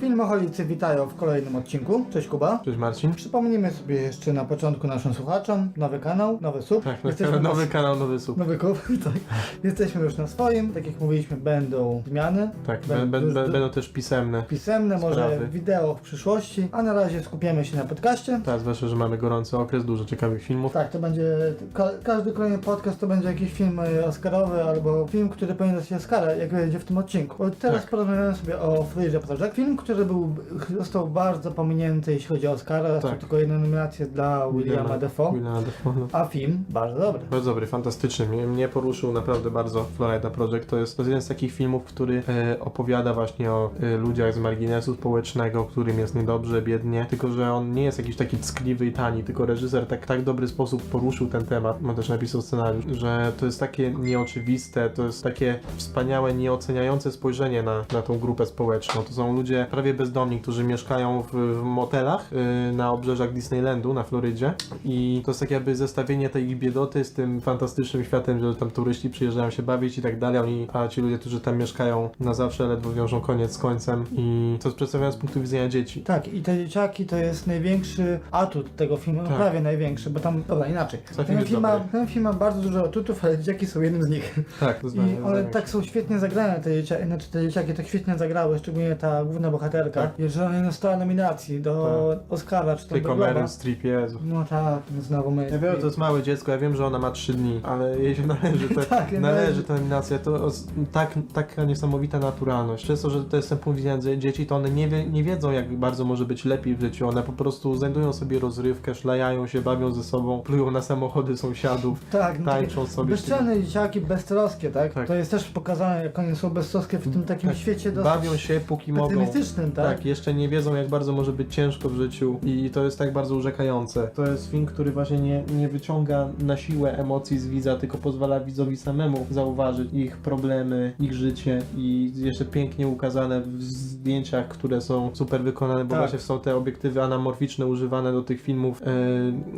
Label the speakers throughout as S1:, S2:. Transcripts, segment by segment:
S1: Filmoholicy witają w kolejnym odcinku. Cześć Kuba.
S2: Cześć Marcin.
S1: Przypomnijmy sobie jeszcze na początku naszym słuchaczom. Nowy kanał, nowy sub.
S2: Tak, nowy
S1: Jesteśmy
S2: kanał,
S1: na-
S2: nowy kanał, nowy sub.
S1: Nowy kup, tak. Jesteśmy już na swoim. Tak jak mówiliśmy, będą zmiany.
S2: Tak,
S1: Będą
S2: bę- bę-
S1: duż-
S2: bę- będą też pisemne.
S1: Pisemne, może
S2: Sprawy.
S1: wideo w przyszłości. A na razie skupiamy się na podcaście.
S2: Tak, zwłaszcza, że mamy gorący okres, dużo ciekawych filmów.
S1: Tak, to będzie. Ka każdy kolejny podcast to będzie jakiś film e, Oscarowy albo film, który powinien dostać Oscara, jak będzie w tym odcinku. O, Teraz
S2: Tak.
S1: porozmawiamy sobie o Freerze Project, film, który był, został bardzo pominięty, jeśli chodzi o Oscara. Został
S2: Tak.
S1: tylko jedna nominacja dla Williama Defoe.
S2: Williama Defoe, no.
S1: A film bardzo dobry.
S2: Bardzo dobry, fantastyczny. Mnie, mnie poruszył naprawdę bardzo Florida Project. To jest, to jest jeden z takich filmów, który e, opowiada właśnie o e, ludziach z marginesu społecznego, którym jest niedobrze, biednie. Tylko, że on nie jest jakiś taki ckliwy i tani, tylko reżyser tak, tak dobry sposób poruszył ten temat, ma też napisał scenariusz, że to jest takie nieoczywiste, to jest takie wspaniałe, nieoceniające spojrzenie na, na tą grupę społeczną. To są ludzie prawie bezdomni, którzy mieszkają w, w motelach y, na obrzeżach Disneylandu na Florydzie i to jest tak jakby zestawienie tej ich biedoty z tym fantastycznym światem, że tam turyści przyjeżdżają się bawić i tak dalej, oni, a ci ludzie, którzy tam mieszkają na zawsze ledwo wiążą koniec z końcem i to jest przedstawione z punktu widzenia dzieci.
S1: Tak, i te dzieciaki to jest największy atut tego filmu, no
S2: Tak.
S1: prawie największy, bo tam, dobra, inaczej.
S2: film
S1: Ten
S2: jest
S1: film, ma,
S2: dobry.
S1: ten film ma bardzo dużo atutów, ale dzieciaki są jednym z nich.
S2: Tak, to jest
S1: I one tak są świetnie zagrane, te dzieciaki, znaczy te dzieciaki tak świetnie zagrały, szczególnie ta główna bohaterka.
S2: Tak.
S1: Jeżeli ona nie dostała nominacji do Oscara czy tam
S2: Tylko
S1: do Globa,
S2: Meryl Streep, Jezu.
S1: No tak, znowu my.
S2: Ja wiem, to jest małe dziecko, ja wiem, że ona ma 3 dni, ale jej się należy, te,
S1: Tak, ja należy.
S2: należy ta nominacja. To os- tak, taka niesamowita naturalność. Przez to, że to jest ten punkt widzenia dzie- dzieci, to one nie, wie, nie wiedzą, jak bardzo może być lepiej w życiu. One po prostu znajdują sobie rozrywkę, szlajają się, bawią ze sobą, plują na samochody sąsiadów,
S1: tak, no takie
S2: tańczą sobie.
S1: bezczelne dzieciaki, beztroskie, tak?
S2: Tak.
S1: To jest też pokazane, jak oni są beztroskie w tym takim
S2: Tak,
S1: świecie dosyć
S2: Bawią się, póki mogą.
S1: pesymistycznym,
S2: Tak?
S1: tak?
S2: jeszcze nie wiedzą, jak bardzo może być ciężko w życiu i to jest tak bardzo urzekające. To jest film, który właśnie nie, nie wyciąga na siłę emocji z widza, tylko pozwala widzowi samemu zauważyć ich problemy, ich życie i jeszcze pięknie ukazane w zdjęciach, które są super wykonane, bo
S1: Tak.
S2: właśnie są te obiektywy anamorficzne używane do tych filmów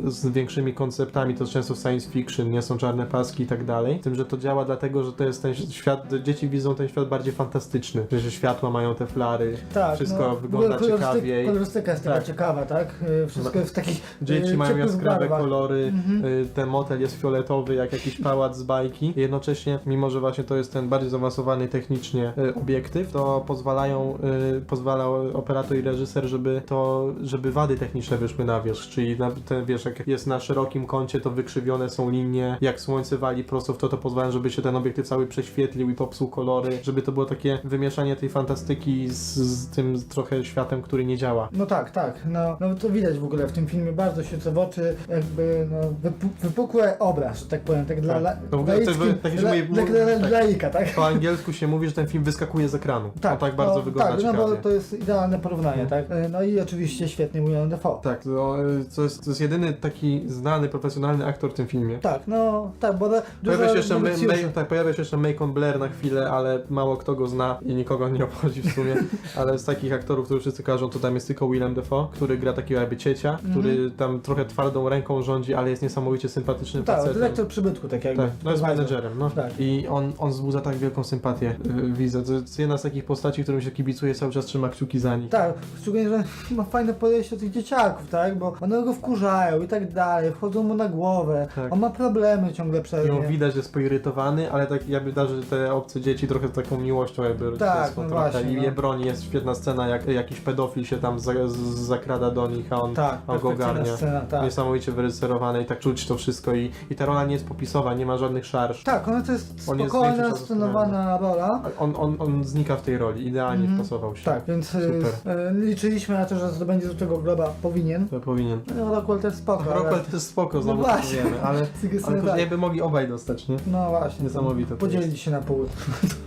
S2: e, z większymi konceptami, to często science fiction, nie są czarne paski i tak dalej. Z Tym, że to działa dlatego, że to jest ten świat, dzieci widzą ten świat bardziej fantastyczny, że światła mają te flary,
S1: Tak,
S2: wszystko
S1: no,
S2: wygląda
S1: kolorystyk-
S2: ciekawiej.
S1: Kolorystyka jest taka
S2: Tak.
S1: ciekawa, tak? Y, Wszystko
S2: Ma-
S1: jest w takich y,
S2: Dzieci mają
S1: ciepłych
S2: jaskrawe
S1: barwach.
S2: kolory,
S1: Mhm.
S2: y, ten motel jest fioletowy, jak jakiś pałac z bajki. Jednocześnie, mimo że właśnie to jest ten bardziej zaawansowany technicznie y, obiektyw, to pozwalają, y, pozwala operator i reżyser, żeby to, żeby wady techniczne wyszły na wierzch, czyli na, ten wiesz, jak jest na szerokim kącie, to wykrzywione są linie, jak słońce wali prosto w to, to pozwala, żeby się ten obiektyw cały prześwietlił i popsuł kolory, żeby to było takie wymieszanie tej fantastyki z, z tym trochę światem, który nie działa.
S1: No tak, tak. No, no to widać w ogóle w tym filmie bardzo się co w oczy, jakby no, wypu- wypukły obraz, że tak powiem, tak dla
S2: Tak.
S1: la-
S2: No w ogóle to jest
S1: laickim-
S2: taki, że
S1: la-
S2: moje-
S1: dla- dla- dla
S2: tak.
S1: laika, tak?
S2: Po angielsku się mówi, że ten film wyskakuje z ekranu. Tak, tak bardzo
S1: no,
S2: wygląda
S1: Tak, no
S2: ciekawie. Mhm.
S1: bo to jest idealne porównanie, tak? E, No i oczywiście świetnie William Dafoe.
S2: Tak, to, y, to, jest, to jest jedyny taki znany, profesjonalny aktor w tym filmie.
S1: Tak, no tak, bo da- dużo
S2: Pojawia się, jeszcze May,
S1: nowicjuszy.
S2: May, tak, pojawia się jeszcze Macon Blair na chwilę, ale mało kto go zna i nikogo nie obchodzi w sumie. ale z takich aktorów, którzy wszyscy kojarzą, to tam jest tylko Willem Dafoe, który gra takiego jakby ciecia,
S1: Mhm.
S2: który tam trochę twardą ręką rządzi, ale jest niesamowicie sympatycznym
S1: Tak,
S2: facetem.
S1: dyrektor przybytku, tak jakby.
S2: Tak, no jest menedżerem, no.
S1: Tak.
S2: I on, on wzbudza tak wielką sympatię, y, widzę. To jest jedna z takich postaci, którym się kibicuje, cały czas trzyma kciuki za nich.
S1: Tak, szczególnie, że ma fajne podejście do tych dzieciaków, tak? Bo one go wkurzają i tak dalej, wchodzą mu na głowę,
S2: Tak.
S1: on ma problemy ciągle przez
S2: Ją
S1: nie.
S2: widać, że jest poirytowany, ale tak jakby da, że te obce dzieci trochę z taką miłością jakby rodzicielską
S1: no
S2: trochę
S1: właśnie,
S2: i
S1: no.
S2: je broni. Jest świetna scena, jak jakiś pedofil się tam za, z, zakrada do nich, a on,
S1: Tak,
S2: a on go
S1: perfekcyjna
S2: ogarnia.
S1: scena, tak.
S2: Niesamowicie wyreżyserowane i tak czuć to wszystko i, i ta rola nie jest popisowa, nie ma żadnych szarż.
S1: Tak, ona to jest
S2: On jest
S1: spokojna,
S2: większość
S1: stonowana rola.
S2: On, on, on znika w tej roli, idealnie
S1: Mhm.
S2: wpasował się.
S1: Tak, więc y,
S2: Super.
S1: y, liczyliśmy na to, że zdobędzie do tego globa. Powinien.
S2: To powinien.
S1: No, Rockwell też spoko. ale-
S2: Rockwell też spoko, znowu
S1: No
S2: no
S1: właśnie.
S2: ale,
S1: Sygestia,
S2: ale
S1: tak.
S2: później by mogli obaj dostać, nie?
S1: No właśnie.
S2: Niesamowite to
S1: Podzielili się na pół.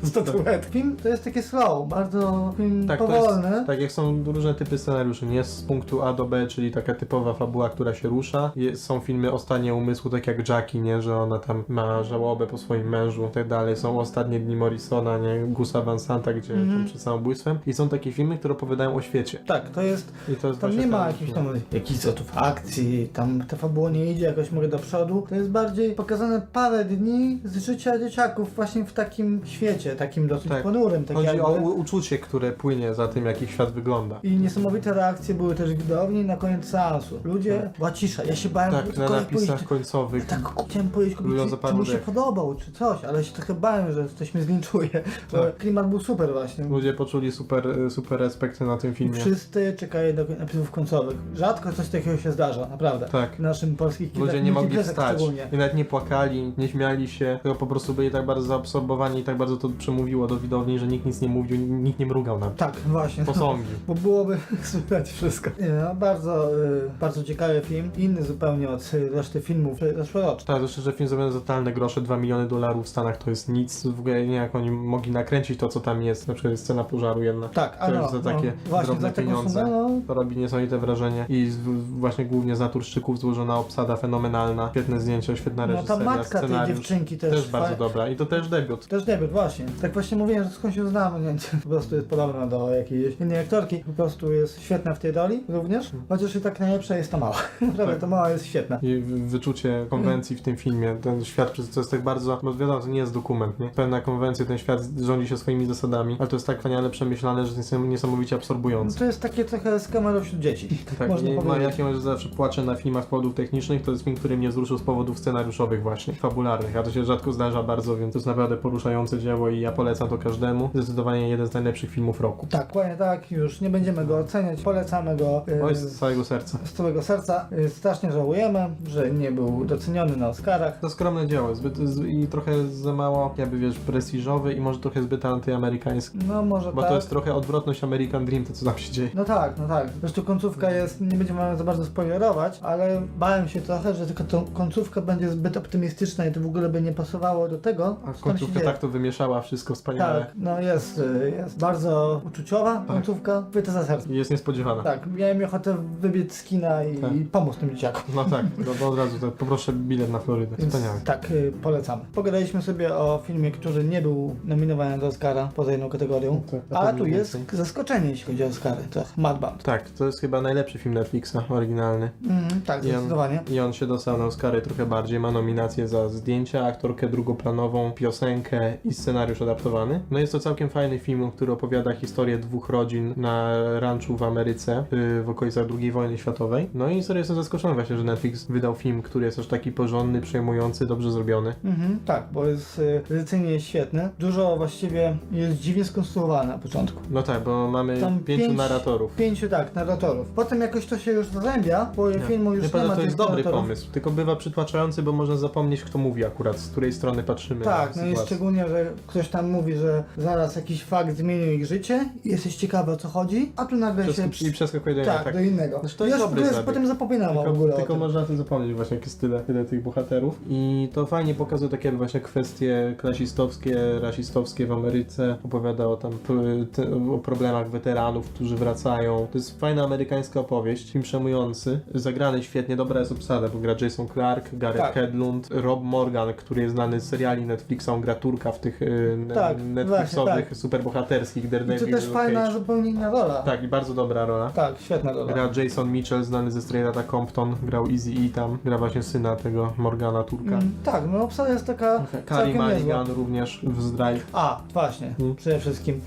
S1: Statuetki. Film to jest takie slow, bardzo film
S2: Tak,
S1: powolny.
S2: To jest, tak jak są różne typy scenariuszy. Nie jest z punktu A do B, czyli taka typowa fabuła, która się rusza. Jest, są filmy o stanie umysłu, tak jak Jackie, nie? Że ona tam ma żałobę po swoim mężu i tak dalej. Są ostatnie dni Morrisona, nie? Gusa Van Santa, gdzie
S1: Mhm.
S2: tam przed samobójstwem. I są takie filmy, które opowiadają o świecie.
S1: Tak, to jest.
S2: I to jest
S1: Tam
S2: właśnie
S1: nie ma
S2: ten-
S1: jakichś tam jakichś zotów akcji, tam ta fabuła nie idzie jakoś może do przodu. To jest bardziej pokazane parę dni z życia dzieciaków właśnie w takim świecie, takim dosyć
S2: Tak.
S1: ponurym. Tak
S2: Chodzi
S1: jakby.
S2: o u- uczucie, które płynie za na tym, jak ich świat wygląda.
S1: I niesamowite reakcje były też widowni na koniec seansu. Ludzie, była cisza, ja się bałem,
S2: Tak,
S1: tylko
S2: na
S1: jak
S2: napisach
S1: powiedzieć-
S2: końcowych.
S1: tak ku- chciałem powiedzieć
S2: Lubią
S1: kobiecie,
S2: za
S1: czy,
S2: paru
S1: czy mu się
S2: dek.
S1: podobał, czy coś, ale się trochę bałem, że coś mnie zlinczuje. Bo klimat był super właśnie.
S2: Tak. Ludzie poczuli super, e, super respekt na tym
S1: I
S2: filmie.
S1: wszyscy czekali do napisów końcowych. Rzadko coś takiego się zdarza, naprawdę.
S2: Tak.
S1: W naszym polskich kinach,
S2: Ludzie nie mogli
S1: multiplexach
S2: wstać.
S1: szczególnie.
S2: I nawet nie płakali, nie śmiali się, tylko po prostu byli tak bardzo zaabsorbowani i tak bardzo to przemówiło do widowni, że nikt nic nie mówił, nikt nie mrugał nawet.
S1: Tak, właśnie.
S2: Posądził.
S1: Bo byłoby słychać wszystko. Nie, No, bardzo, y, bardzo ciekawy film. Inny zupełnie od y, reszty filmów y, zeszłorocznych.
S2: Tak, zresztą, że film zrobiony za totalne grosze, 2 miliony dolarów w Stanach to jest nic. W ogóle nie wiem, jak oni mogli nakręcić to, co tam jest. Na przykład jest scena pożaru jedna.
S1: Tak, a
S2: To
S1: no,
S2: jest za takie
S1: no, właśnie
S2: drobne
S1: za taką
S2: pieniądze.
S1: sumę, no,
S2: To robi niesamowite wrażenie i z, właśnie głównie z naturszczyków złożona obsada fenomenalna, świetne zdjęcia, świetna
S1: no ta
S2: reżyseria,
S1: matka tej
S2: scenariusz
S1: dziewczynki też,
S2: też
S1: fa-
S2: bardzo dobra i to też debiut.
S1: Też debiut, właśnie. Tak właśnie mówiłem, że skąd się znamy, nie wiem, czy po prostu jest podobna do jakiejś innej aktorki. Po prostu jest świetna w tej roli również, chociaż i tak najlepsza jest ta mała. Naprawdę,
S2: Mhm. Tak.
S1: ta mała jest świetna.
S2: I w- wyczucie konwencji w tym filmie, ten świat, przez co jest tak bardzo, bo wiadomo, to nie jest dokument, nie? Pewna konwencja, ten świat rządzi się swoimi zasadami, ale to jest tak wspaniale przemyślane, że jest niesam- niesamowicie
S1: No,
S2: absorbujące.
S1: to jest takie trochę z kamerą wśród dzieci,
S2: Tak,
S1: można
S2: nie ma
S1: powiedzieć.
S2: jakiego, że zawsze płaczę na filmach z powodów technicznych, to jest film, który mnie wzruszył z powodów scenariuszowych właśnie, fabularnych, a to się rzadko zdarza bardzo, więc to jest naprawdę poruszające dzieło i ja polecam to każdemu. Zdecydowanie jeden z najlepszych filmów roku.
S1: Tak, dokładnie tak, już nie będziemy go oceniać, polecamy go y,
S2: Oj, z
S1: z,
S2: całego serca.
S1: z całego serca. Y, strasznie żałujemy, że nie był doceniony na Oscarach.
S2: To skromne dzieło, zbyt z, i trochę za mało, jakby wiesz, prestiżowy i może trochę zbyt antyamerykański,
S1: No może
S2: bo
S1: tak.
S2: to jest trochę odwrotność American Dream, to co tam się dzieje.
S1: No tak, no tak. Zresztą końcówka jest, nie będziemy za bardzo spoilerować, ale bałem się trochę, że tylko to końcówka będzie zbyt optymistyczna i to w ogóle by nie pasowało do tego, co
S2: A
S1: tam się
S2: końcówka
S1: dzieje.
S2: tak to wymieszała, wszystko wspaniale.
S1: tak, no jest, y, jest bardzo uczuciowa
S2: Tak.
S1: końcówka, chwyta za serce.
S2: I jest niespodziewana.
S1: Tak, miałem ochotę wybiec z kina i,
S2: Tak.
S1: i pomóc tym dzieciakom.
S2: No tak, no to od razu to poproszę bilet na Florydę.
S1: Więc
S2: Wspaniały.
S1: tak, y, polecamy. Pogadaliśmy sobie o filmie, który nie był nominowany do Oscara poza jedną kategorią,
S2: Tak, na
S1: ale
S2: pewno
S1: tu jest
S2: więcej.
S1: zaskoczenie, jeśli chodzi o Oscary. To Madbound.
S2: Tak, to jest chyba najlepszy film Netflixa, oryginalny.
S1: Mhm, tak,
S2: I on-
S1: zdecydowanie.
S2: I on się dostał na Oscary trochę bardziej, ma nominację za zdjęcia, aktorkę drugoplanową, piosenkę i scenariusz adaptowany. No jest to całkiem fajny film, który opowiada historię dwóch rodzin na ranczu w Ameryce yy, w okolicach II wojny światowej. No i serio jestem zaskoczony właśnie, że Netflix wydał film, który jest aż taki porządny, przejmujący, dobrze zrobiony.
S1: Mhm, tak, bo jest y, tradycyjnie jest świetny. Dużo właściwie jest dziwnie skonstruowane na początku.
S2: No tak, bo mamy
S1: Tam
S2: pięciu
S1: pięć-
S2: narratorów.
S1: Pięciu tak, narratorów. Potem jakoś to się już zazębia, bo filmu już nie
S2: Wypada,
S1: ma
S2: to
S1: tych
S2: jest dobry
S1: narratorów.
S2: pomysł, tylko bywa przytłaczający, bo można zapomnieć, kto mówi akurat, z której strony patrzymy na
S1: Tak, no i
S2: sytuację.
S1: szczególnie, że ktoś tam mówi, że zaraz jakiś fakt zmienił ich życie i jesteś ciekawy o co chodzi, a tu nagle się...
S2: Przesk- I przeskakuje do
S1: tak,
S2: tak.
S1: do innego.
S2: Znaczy, to jest
S1: Już
S2: dobry
S1: to jest,
S2: zabieg.
S1: potem zapominam w ogóle o
S2: Tylko, tylko
S1: tym. Znaczy,
S2: można o tym zapomnieć właśnie, jak jest tyle, tyle tych bohaterów. I to fajnie pokazuje takie właśnie kwestie klasistowskie, rasistowskie w Ameryce. Opowiada o tam p- te- o problemach weteranów, którzy wracają. To jest fajna amerykańska opowieść, film przemujący. Zagrany świetnie, dobra jest obsada, bo gra Jason Clark, Gareth
S1: Tak.
S2: Hedlund, Rob Morgan, który jest znany z seriali Netflixa, on gra Turka w tych y, ne-
S1: Tak,
S2: Netflixowych
S1: właśnie, tak.
S2: superbohaterskich
S1: I to
S2: Daredevil.
S1: też
S2: Luke
S1: fajna,
S2: Cage.
S1: zupełnie inna rola.
S2: Tak, i bardzo dobra rola.
S1: tak świetna rola.
S2: Gra Jason Mitchell, znany ze Strayata Compton, grał Easy E tam, gra właśnie syna tego Morgana Turka.
S1: Mm, tak, no obsada jest taka
S2: Kari
S1: całkiem niezła.
S2: Mulligan również w Zdrive
S1: A, właśnie,
S2: Mm.
S1: przede wszystkim.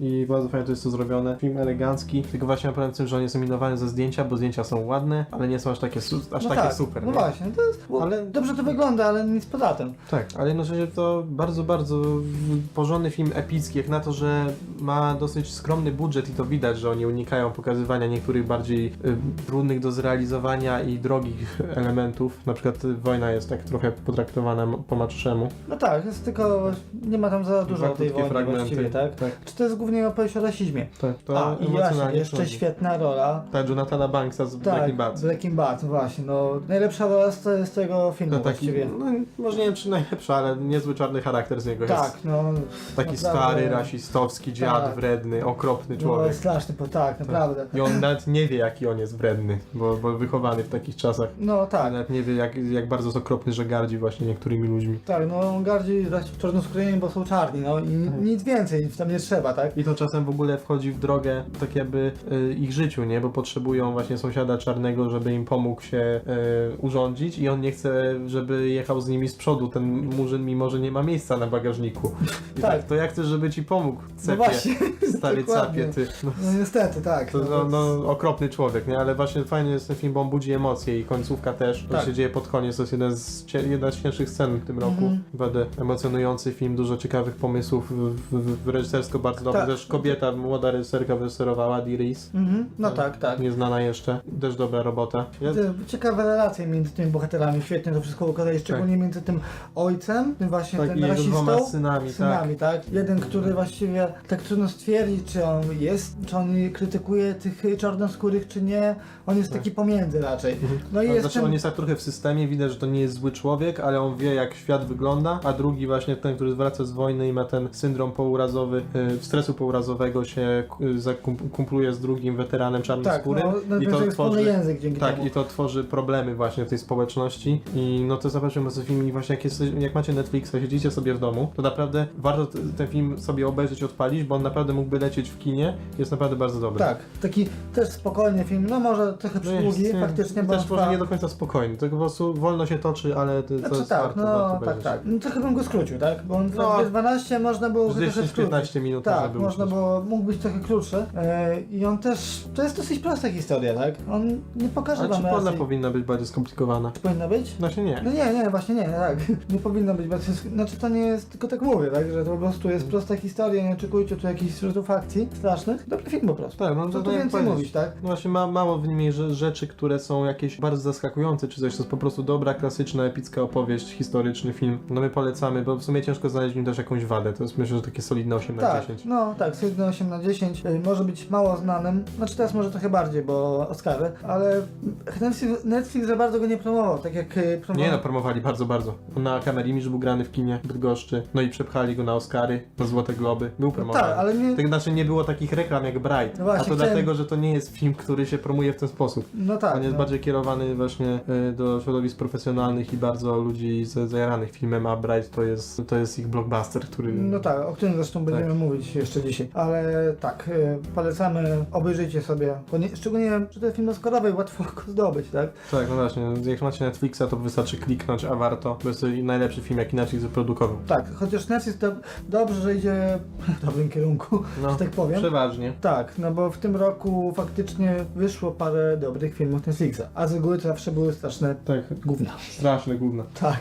S2: i bardzo fajnie to jest to zrobione. Film elegancki, tylko właśnie na pewno tym, że on jest nominowany za zdjęcia, bo zdjęcia są ładne, ale nie są aż takie, su- aż
S1: no
S2: takie
S1: tak,
S2: super.
S1: No
S2: nie?
S1: właśnie, to jest,
S2: Ale-
S1: ale... dobrze to wygląda, ale nic poza tym.
S2: Tak, ale jednocześnie to bardzo, bardzo w- porządny film epicki, jak na to, że ma dosyć skromny budżet i to widać, że oni unikają pokazywania niektórych bardziej y, trudnych do zrealizowania i drogich elementów. Na przykład y, wojna jest tak trochę potraktowana m- po macoszemu.
S1: No tak, jest tylko, nie ma tam za dużo
S2: Dwa
S1: o tej
S2: krótkie
S1: wojny
S2: fragmenty.
S1: właściwie, tak?
S2: Tak,
S1: Czy to jest głównie opowieść o rasizmie?
S2: tak. To
S1: A, i właśnie,
S2: emocjonalnie
S1: jeszcze
S2: trudno.
S1: świetna rola.
S2: Tak, Jonathana Banksa z
S1: Tak,
S2: Breaking Bad.
S1: Breaking Bad, właśnie, no najlepsza rola z, te- z tego filmu
S2: To taki,
S1: właściwie.
S2: no, może nie wiem czy najlepszy, ale niezły czarny charakter z niego jest.
S1: Tak, no...
S2: Taki
S1: naprawdę,
S2: stary, rasistowski dziad,
S1: Tak.
S2: wredny, okropny człowiek.
S1: No, straszny, bo tak, naprawdę.
S2: I on nawet nie wie, jaki on jest wredny, bo, bo wychowany w takich czasach.
S1: No
S2: A
S1: tak,
S2: nawet nie wie, jak, jak bardzo jest okropny, że gardzi właśnie niektórymi ludźmi.
S1: tak, no gardzi czarnoskórymi, bo są czarni, no i
S2: Mhm.
S1: nic więcej tam nie trzeba, tak?
S2: I to czasem w ogóle wchodzi w drogę tak jakby y, ich życiu, nie? Bo potrzebują właśnie sąsiada czarnego, żeby im pomógł się y, urządzić i on nie chce, żeby jechał z nimi z przodu ten murzyn, mimo że nie ma miejsca na bagażniku. I tak,
S1: Tak.
S2: to ja chcę, żeby ci pomógł,
S1: No
S2: cepie.
S1: właśnie,
S2: Stary
S1: Dokładnie.
S2: capie, ty. No.
S1: No niestety, tak.
S2: To,
S1: no,
S2: no, no, okropny człowiek, nie? Ale właśnie fajnie jest ten film, bo on budzi emocje i końcówka też. To
S1: Tak.
S2: się dzieje pod koniec, to jest jeden z, cie- jedna z cięższych scen w tym roku.
S1: Mhm.
S2: Będę emocjonujący film, dużo ciekawych pomysłów, w, w, w reżysersko bardzo dobrze.
S1: Tak.
S2: Też kobieta, młoda reżyserka wyreżyserowała, Dee Reese.
S1: Mhm, no tak, tak.
S2: Nieznana jeszcze. Też dobra robota. Ja,
S1: Te Ciekawe relacje między tymi bohaterami, świetnie to wszystko ukazali, szczególnie między tym ojcem, tym właśnie
S2: tak, i
S1: tym
S2: jego dwoma
S1: rasistą,
S2: synami, tak. Mhm.
S1: synami, tak. Jeden, który właściwie tak trudno stwierdzić, czy on jest, czy on krytykuje tych czarnoskórych, czy nie. On jest
S2: Tak.
S1: taki pomiędzy raczej. No i
S2: No,
S1: jest
S2: znaczy
S1: ten-
S2: on jest tak trochę w systemie, widać, że to nie jest zły człowiek, ale on wie jak świat wygląda, a drugi właśnie ten, który wraca z wojny i ma ten syndrom pourazowy, y, stresu pourazowego się y, zakum- kumpluje z drugim weteranem
S1: tak,
S2: czarnoskórym
S1: no,
S2: i
S1: najpierw
S2: to
S1: jest wspólny
S2: tworzy...
S1: język dzięki
S2: Tak,
S1: temu.
S2: i to tworzy problemy właśnie w tej społeczności i no to zobaczymy co film i właśnie jak, jesteś, jak macie Netflixa, siedzicie sobie w domu, to naprawdę warto t- ten film sobie obejrzeć, odpalić, bo on naprawdę mógłby lecieć w kinie, jest naprawdę bardzo dobry.
S1: Tak, taki też spokojny film, no może trochę przydługi,
S2: jest, nie,
S1: faktycznie, bo on
S2: Też może
S1: trwa-
S2: nie do końca spokojny, tylko po prostu wolno się toczy, ale to, to
S1: Znaczy
S2: jest
S1: tak,
S2: warto,
S1: no
S2: warto
S1: tak,
S2: obejrzeć.
S1: tak. No, trochę bym go skrócił, tak? Bo on
S2: No,
S1: no, 12 można było go trochę
S2: Z
S1: skrócić.
S2: 10-15 minut
S1: Tak,
S2: żeby
S1: można
S2: usiąść.
S1: było, mógł być trochę krótszy. E, I on też, to jest dosyć prosta historia, tak? On nie pokaże
S2: Ale
S1: wam
S2: czy
S1: racji.
S2: ona powinna być bardziej skomplikowana?
S1: Powinna być?
S2: Znaczy nie.
S1: No nie, nie, właśnie nie, tak. Nie powinno być, bo to jest- znaczy to nie jest, tylko tak mówię, tak, że to po prostu jest
S2: Mhm.
S1: prosta historia, nie oczekujcie tu jakichś zwrotów akcji strasznych. Dobry film po prostu.
S2: Tak, no
S1: Co
S2: to
S1: tu
S2: tak jak
S1: więcej
S2: powiedzieć.
S1: mówić, tak?
S2: No właśnie ma, mało w nim jest rze- rzeczy, które są jakieś bardzo zaskakujące czy coś. To jest po prostu dobra, klasyczna, epicka opowieść, historyczny film. No my polecamy, bo w sumie ciężko znaleźć w nim też jakąś wadę. To jest myślę, że takie solidne 8 na
S1: Tak,
S2: 10.
S1: no tak, Sydney 8 na 10 y, może być mało znanym, znaczy teraz może trochę bardziej, bo Oscary, ale Netflix, Netflix za bardzo go nie promował, tak jak y, promował...
S2: Nie no, promowali bardzo, bardzo. Na Kamerimisz był grany w kinie w Bydgoszczy, no i przepchali go na Oscary, na Złote Globy. Był promowany.
S1: tak, ale nie...
S2: Tak znaczy nie było takich reklam jak Bright,
S1: No właśnie,
S2: a to
S1: chciałem-
S2: dlatego, że to nie jest film, który się promuje w ten sposób.
S1: No
S2: On
S1: tak,
S2: jest
S1: no.
S2: bardziej kierowany właśnie y, do środowisk profesjonalnych i bardzo ludzi z- zajaranych filmem, a Bright to jest, to jest ich blockbuster, który...
S1: No tak, o którym zresztą będziemy mówić jeszcze dzisiaj. Ale tak, y, polecamy, obejrzyjcie sobie, bo nie, szczególnie przy tej filmoskorowej łatwo go zdobyć, tak?
S2: Tak, no właśnie, jak macie Netflixa, to wystarczy kliknąć, a warto. Bo jest to najlepszy film, jak inaczej wyprodukował.
S1: Tak, chociaż Netflix do, dobrze, że idzie w dobrym kierunku,
S2: No,
S1: że tak powiem.
S2: przeważnie.
S1: Tak, no bo w tym roku faktycznie wyszło parę dobrych filmów Netflixa, a z góry to zawsze były straszne
S2: Tak,
S1: gówna.
S2: straszne gówno.
S1: Tak,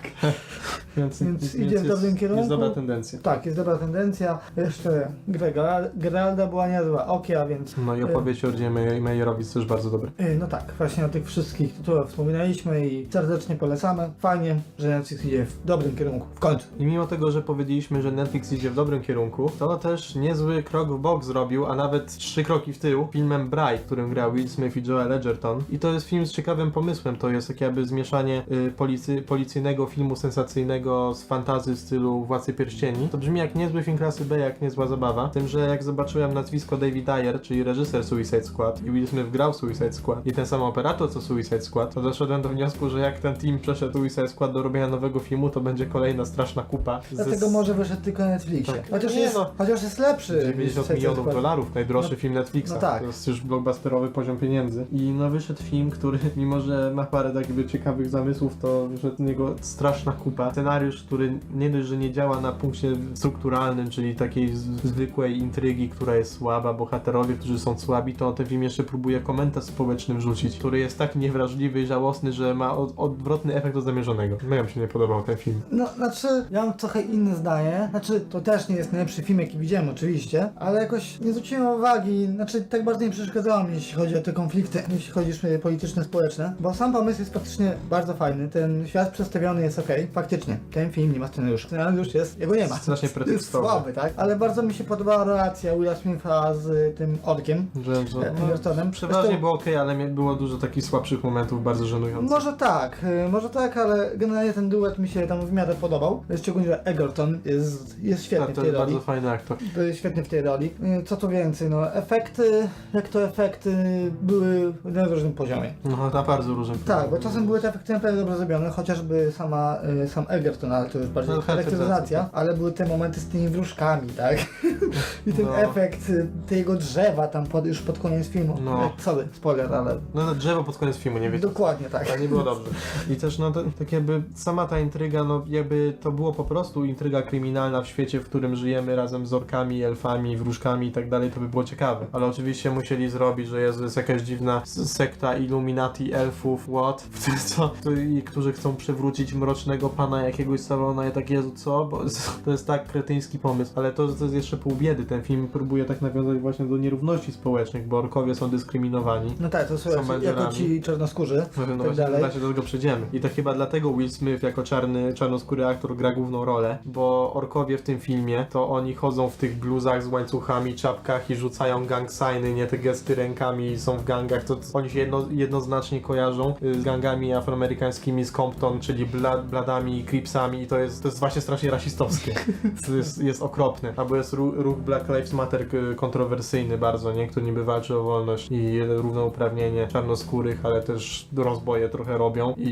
S2: Więc,
S1: Więc idzie w dobrym
S2: jest,
S1: kierunku.
S2: Jest dobra tendencja.
S1: tak, jest dobra tendencja. Jeszcze Grega Geralda była niezła, Okia, więc...
S2: No i opowieść o Rodzinie Meyerowic też bardzo dobry.
S1: Yy, No tak, właśnie o tych wszystkich tytułach wspominaliśmy i serdecznie polecamy. Fajnie, że Netflix idzie w dobrym kierunku, w końcu.
S2: I mimo tego, że powiedzieliśmy, że Netflix idzie w dobrym kierunku, to też niezły krok w bok zrobił, a nawet trzy kroki w tył, filmem Bright, w którym grał Will Smith i Joel Edgerton. I to jest film z ciekawym pomysłem, to jest tak jakby zmieszanie y, policy, policyjnego filmu sensacyjnego z fantazy w stylu Władcy Pierścieni. To brzmi jak niezły film klasy B, jak niezła zabawa. Z tym, że jak zobaczyłem nazwisko David Ayer, czyli reżyser Suicide Squad i Will Smith grał w Suicide Squad i ten sam operator co Suicide Squad, to doszedłem do wniosku, że jak ten team przeszedł Suicide Squad do robienia nowego filmu, to będzie kolejna straszna kupa. z-
S1: Dlatego może wyszedł tylko na Netflixie.
S2: Tak.
S1: Chociaż,
S2: Nie
S1: jest,
S2: no.
S1: chociaż jest lepszy. niż
S2: 90
S1: Suicide
S2: milionów
S1: Squad.
S2: dolarów, najdroższy
S1: No-
S2: film Netflixa.
S1: no tak.
S2: To jest już blockbusterowy poziom pieniędzy. I no wyszedł film, który mimo, że ma parę tak jakby ciekawych zamysłów, to wyszedł z niego straszna kupa. Scenariusz, który nie dość, że nie działa na punkcie strukturalnym, czyli takiej z- zwykłej intrygi, która jest słaba, bohaterowie, którzy są słabi, to ten film jeszcze próbuje komentarz społeczny wrzucić, który jest tak niewrażliwy i żałosny, że ma od- odwrotny efekt do zamierzonego. Mega mi się nie podobał ten film.
S1: No, znaczy, ja mam trochę inne zdanie. Znaczy, to też nie jest najlepszy film, jaki widziałem, oczywiście, ale jakoś nie zwróciłem uwagi, znaczy, tak bardzo nie przeszkadzało mi, jeśli chodzi o te konflikty, jeśli chodzi o polityczne, społeczne, bo sam pomysł jest faktycznie bardzo fajny. Ten świat przedstawiony jest okej, faktycznie. Ten film nie ma scenariusza. Scenariusz jest, jego nie ma.
S2: Strasznie
S1: jest
S2: pretekstowy.
S1: słaby, tak? Ale bardzo mi się podobała relacja Willa Smitha z tym orkiem.
S2: Że, że,
S1: E, Edgertonem.
S2: No, Przeważnie
S1: Zresztą-
S2: było ok, ale mia- było dużo takich słabszych momentów, bardzo żenujących.
S1: Może tak, y, może tak, ale generalnie ten duet mi się tam w miarę podobał. Szczególnie, że Egerton jest, jest świetny
S2: Tak,
S1: w
S2: to
S1: tej
S2: jest
S1: roli.
S2: bardzo fajny aktor.
S1: Był świetny w tej roli. Y, Co tu więcej, no efekty, jak to efekty były na różnym poziomie.
S2: No, na bardzo różnym
S1: Tak, bo czasem były te efekty naprawdę dobrze zrobione, chociażby sama, y, sam Egger Chesterton, ale to już bardziej
S2: No,
S1: elektryzacja, ale były te momenty z tymi wróżkami, tak? I ten
S2: No.
S1: efekt y, tego drzewa tam pod, już pod koniec filmu.
S2: No.
S1: Sorry, spoiler, ale
S2: No to drzewo pod koniec filmu, nie wiecie.
S1: dokładnie tak.
S2: Tak, nie było dobrze. I też, no, to, tak jakby sama ta intryga, no, jakby to było po prostu intryga kryminalna w świecie, w którym żyjemy razem z orkami, elfami, wróżkami i tak dalej, to by było ciekawe. Ale oczywiście musieli zrobić, że Jezu, jest jakaś dziwna s- sekta Illuminati elfów, what? W tym co? To i Którzy chcą przywrócić mrocznego pana jakiegoś Saurona, ja tak, Jezu, co? Bo to jest tak kretyński pomysł. Ale to, to jest jeszcze pół biedy. Ten film próbuje tak nawiązać właśnie do nierówności społecznych, bo orkowie są dyskryminowani.
S1: No tak, to
S2: Są
S1: słuchaj, jako
S2: bandziorami.
S1: ci czarnoskórzy,
S2: No, no
S1: tak
S2: właśnie,
S1: dalej.
S2: właśnie do tego przejdziemy. I to chyba dlatego Will Smith jako czarny, czarnoskóry aktor gra główną rolę, bo orkowie w tym filmie to oni chodzą w tych bluzach z łańcuchami, czapkach i rzucają gang signy, nie te gesty rękami i są w gangach, to oni się jedno, jednoznacznie kojarzą y, z gangami afroamerykańskimi z Compton, czyli bla, bladami i Cripsami i to jest, to jest właśnie strasznie rasistowskie. To jest, jest okropne. Albo jest ruch, ruch Black Lives Matter k- kontrowersyjny bardzo, nie? Który niby walczy o wolność i równouprawnienie czarnoskórych, ale też rozboje trochę robią. I,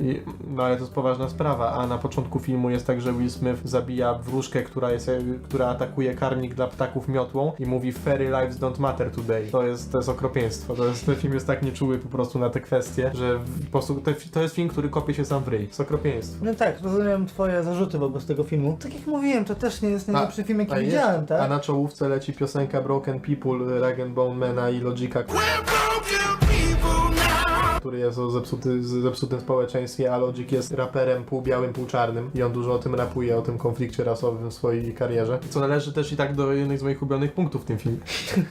S2: i, no ale to jest poważna sprawa. A na początku filmu jest tak, że Will Smith zabija wróżkę, która, jest, e, która atakuje karmnik dla ptaków miotłą i mówi Fairy lives don't matter today. To jest, to jest okropieństwo. To jest, ten film jest tak nieczuły po prostu na te kwestie, że w- po prostu, to, to jest film, który kopie się sam w ryj. To jest okropieństwo.
S1: No tak, rozumiem twoje zarzuty wobec tego filmu. Tak jak mówiłem, to też nie jest najlepszy film,
S2: A
S1: jaki
S2: jest-
S1: widziałem, tak?
S2: A na czołówce leci piosenka Broken People, Rag and Bone Mana i Logika, który jest o zepsuty, z- zepsutym społeczeństwie, a Logic jest raperem pół białym, pół czarnym i on dużo o tym rapuje, o tym konflikcie rasowym w swojej karierze, co należy też i tak do jednych z moich ulubionych punktów w tym filmie.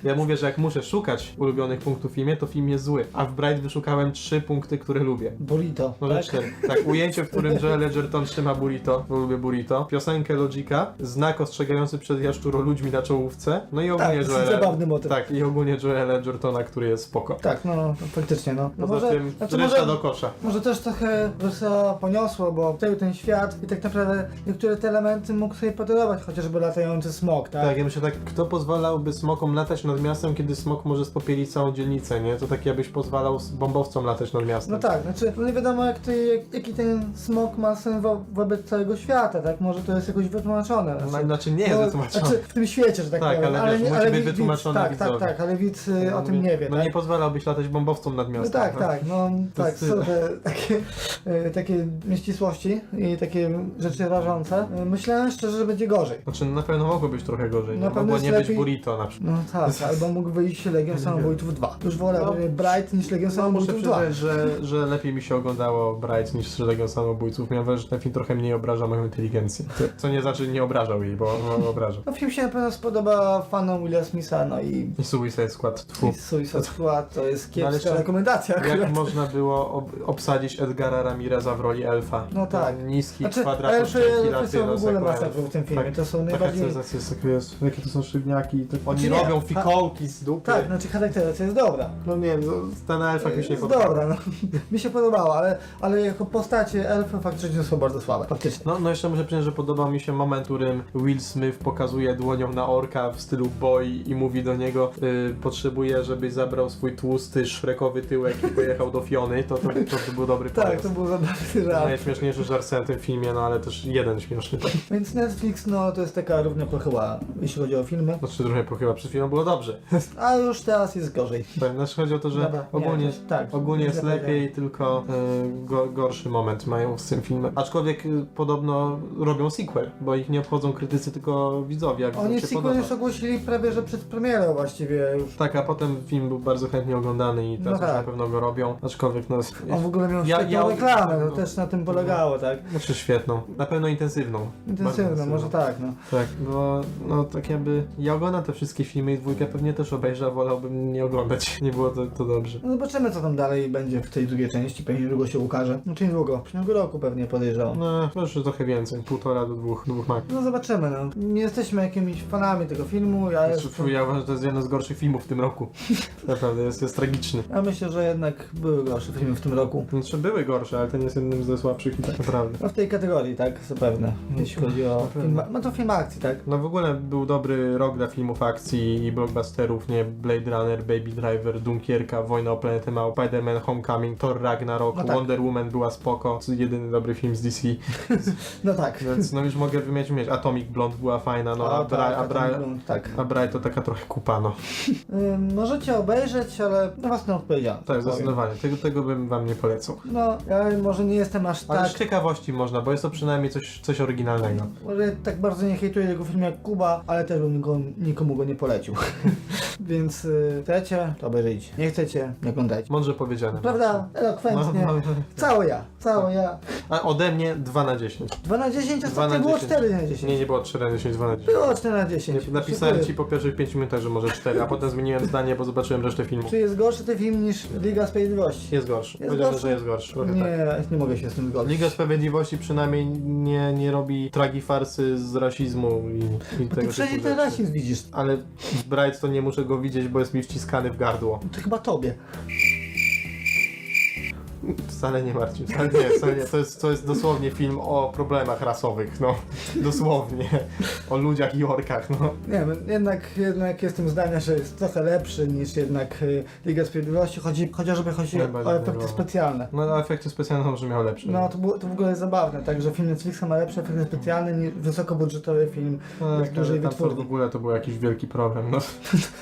S2: Ja mówię, że jak muszę szukać ulubionych punktów w filmie, to film jest zły, a w Bright wyszukałem trzy punkty, które lubię.
S1: Burrito.
S2: Może tak? cztery. Tak, ujęcie, w którym Joel Edgerton trzyma burrito, bo lubię burrito, piosenkę Logika, znak ostrzegający przed jaszczuro ludźmi na czołówce, no i ogólnie
S1: Tak, to jest
S2: Joela-
S1: zabawny motyw.
S2: Tak, i ogólnie Joela Edgertona, który jest spoko.
S1: Tak, no, no faktycznie, no. no
S2: Poza tym
S1: znaczy
S2: reszta
S1: może,
S2: do kosza.
S1: może też trochę wesoło poniosło, bo wtedy ten świat i tak naprawdę niektóre te elementy mógł sobie podobać, chociażby latający smok, tak?
S2: Tak, ja myślę tak, kto pozwalałby smokom latać nad miastem, kiedy smok może spopielić całą dzielnicę, nie? To tak jakbyś pozwalał s- bombowcom latać nad miastem.
S1: No tak, znaczy no nie wiadomo jak to, jak, jaki ten smok ma sens wo, wobec całego świata, tak? Może to jest jakoś wytłumaczone.
S2: No,
S1: znaczy-
S2: Znaczy nie jest
S1: no,
S2: wytłumaczone.
S1: Znaczy w tym świecie, że tak,
S2: Tak,
S1: powiem.
S2: ale wiesz,
S1: nie-
S2: musi być
S1: wi- widz-
S2: wytłumaczone
S1: Tak, tak,
S2: widzowi.
S1: tak, ale widz y, o tym nie wie,
S2: No
S1: tak?
S2: nie pozwalałbyś latać bombowcom nad
S1: No
S2: miastem.
S1: tak, tak, no
S2: To
S1: tak,
S2: jest
S1: są te takie, e, takie nieścisłości i takie rzeczy rażące. E, Myślałem szczerze, że będzie gorzej.
S2: Znaczy na pewno mogło być trochę gorzej,
S1: Na
S2: nie?
S1: pewno
S2: Mogło
S1: jest
S2: nie
S1: lepiej-
S2: być burrito na przykład.
S1: No tak, albo mógł wyjść Legion Samobójców 2. Już wolę
S2: No.
S1: e, Bright niż Legion
S2: No, muszę
S1: Samobójców 2.
S2: przyznać, że, że lepiej mi się oglądało Bright niż Legion Samobójców. Miałem wrażenie, że ten film trochę mniej obraża moją inteligencję. Co nie znaczy, że nie obrażał jej, bo bo obraża.
S1: No film się na pewno spodoba fanom Willa Smitha, no i
S2: I Suicide Squad, tfu.
S1: i Suicide Squad to jest
S2: No, ale
S1: kiepska
S2: jeszcze-
S1: rekomendacja
S2: Jak
S1: akurat.
S2: można było ob obsadzić Edgara Ramireza w roli elfa?
S1: No tak.
S2: Ten Niski,
S1: Znaczy,
S2: kwadrat,
S1: elfy, elfy są w ogóle masakrą w tym filmie,
S2: Tak,
S1: to są
S2: Taka
S1: najbardziej...
S2: akcesacja jest, takie jest, jakie to są szybniaki. i To... Oni
S1: Znaczy nie,
S2: robią
S1: ta-
S2: fikołki z dupy.
S1: Tak, znaczy charakteryzacja jest dobra.
S2: No nie wiem, ten elfach Tak mi się nie
S1: Jest
S2: podoba.
S1: dobra, no. mi się podobało, ale, ale jako postacie elfy faktycznie są bardzo słabe. Faktycznie.
S2: No, no jeszcze muszę przyznać, że podobał mi się moment, w którym Will Smith pokazuje dłonią na orka w stylu boy i mówi do niego y, potrzebuję, żebyś zabrał swój tłusty, szrekowy tyłek i pojechał do Fiony, to, to, to, był dobry
S1: Tak,
S2: pomysł.
S1: to tak. był zabawny żart.
S2: Najśmieszniejszy żart w tym filmie, no ale też jeden śmieszny.
S1: Więc Netflix, no to jest taka równa pochyła, jeśli chodzi o filmy.
S2: Znaczy trochę po chyba przed chwilą było dobrze.
S1: A już teraz jest gorzej.
S2: Tak, Znaczy chodzi o to, że
S1: Dobra, nie,
S2: ogólnie,
S1: to- tak,
S2: ogólnie jest
S1: źle
S2: lepiej, tylko y, go, gorszy moment mają z tym filmem. Aczkolwiek y, podobno robią sequel, bo ich nie obchodzą krytycy, tylko widzowie, jak
S1: Oni
S2: się podoba.
S1: sequel już ogłosili prawie, że przed premierą właściwie już.
S2: Tak, a potem film był bardzo chętnie oglądany i teraz
S1: No
S2: już
S1: tak.
S2: na pewno go robią, aczkolwiek no... jest-
S1: On w ogóle miał
S2: Ja-
S1: świetną
S2: ja-
S1: reklamę, to
S2: no.
S1: też na tym polegało, tak?
S2: Znaczy świetną, na pewno intensywną. Bardzo
S1: Intensywno, może tak, no.
S2: Tak, bo no tak jakby ja oglądam te wszystkie filmy i dwójkę pewnie też obejrzę, a wolałbym nie oglądać, nie było to, to dobrze.
S1: No zobaczymy co tam dalej będzie w tej drugiej części, pewnie długo się ukaże. Znaczy niedługo, w przyszłym roku pewnie podejrzewam.
S2: No, może trochę więcej, półtora do dwóch, dwóch mak.
S1: No zobaczymy, no. Nie jesteśmy jakimiś fanami tego filmu, ja
S2: Znaczy,
S1: jestem...
S2: Ja uważam, że to jest jeden z gorszych filmów w tym roku. Naprawdę, jest, jest tragiczny.
S1: Ja myślę, że jednak były gorsze filmy w tym roku.
S3: Znaczy były gorsze, ale ten jest jednym ze słabszych i tak naprawdę.
S1: No w tej kategorii, tak, zapewne, jeśli chodzi o
S3: pewno.
S1: film, no to film akcji, tak?
S3: No w ogóle był dobry rok dla filmów akcji i blockbusterów, nie? Blade Runner, Baby Driver, Dunkierka, Wojna o planetę Mał, Spider-Man Homecoming, Thor Ragnarok,
S1: No tak.
S3: Wonder Woman była spoko, jedyny dobry film z DC,
S1: No tak.
S3: więc no już mogę wymienić, mieć Atomic Blonde była fajna, no a,
S1: O, tak,
S3: Bra- a,
S1: Atomic
S3: Bra-
S1: Blonde, tak.
S3: a Bri to taka trochę kupa, no.
S1: Ym, możecie obejrzeć, ale na własną odpowiedzialność.
S3: Tak,
S1: powiem.
S3: zdecydowanie, tego, tego bym wam nie polecał.
S1: No, ja może nie jestem aż
S3: Ale
S1: tak...
S3: z ciekawości można, bo jest to przynajmniej coś, coś oryginalnego.
S1: Może tak bardzo nie hejtuję tego filmu jak Kuba, ale też bym go, nikomu go nie polecił. Więc y, chcecie, to obejrzyjcie. Nie chcecie, nie oglądajcie.
S3: Mądrze powiedziane.
S1: Prawda? Elokwentnie.
S3: No, no,
S1: Całe ja, całe ja.
S3: A ode mnie 2 na 10.
S1: 2 na 10,
S3: Dwa na
S1: ostatnio było
S3: 10.
S1: 4 na
S3: Nie,
S1: 10.
S3: nie było 3 na 10, 2 na 10.
S1: Było 4 na 10.
S3: Nie, napisałem ci
S1: Szykuję.
S3: po pierwszych 5 minutach, że może 4, a potem zmieniłem zdanie, bo zobaczyłem resztę filmu.
S1: Czy jest gorszy ten film niż Liga Sprawiedliwości?
S3: Jest gorszy.
S1: Jest
S3: Powiedziałem,
S1: gorszy?
S3: że jest gorszy. Trochę tak.
S1: Nie, nie mogę się z tym zgodzić.
S3: Liga Sprawiedliwości przynajmniej nie, nie robi tragi farsy z rasizmu i, i
S1: Bo Ty
S3: tego
S1: wszędzie
S3: typu
S1: ten
S3: rzeczy.
S1: rasizm widzisz.
S3: Ale w Bright to nie muszę go widzieć, bo jest mi wciskany w gardło.
S1: To chyba tobie.
S3: Wcale nie Marcin, wcale nie, wcale nie. To jest, to jest dosłownie film o problemach rasowych, no. Dosłownie. O ludziach i orkach, no.
S1: Nie wiem, jednak, jednak jestem zdania, że jest trochę lepszy niż jednak y, Liga Sprawiedliwości, chodzi, chociażby chodzi
S3: Nie
S1: o
S3: będę
S1: efekty
S3: tego-
S1: specjalne.
S3: No, a efekty specjalne może miał lepsze.
S1: No to, było, to w ogóle jest zabawne, tak, że film Netflixa ma lepsze efekty specjalne niż wysokobudżetowy film.
S3: Tak,
S1: jak dużej
S3: ale tam to w
S1: wytwórni.
S3: ogóle to był jakiś wielki problem, no.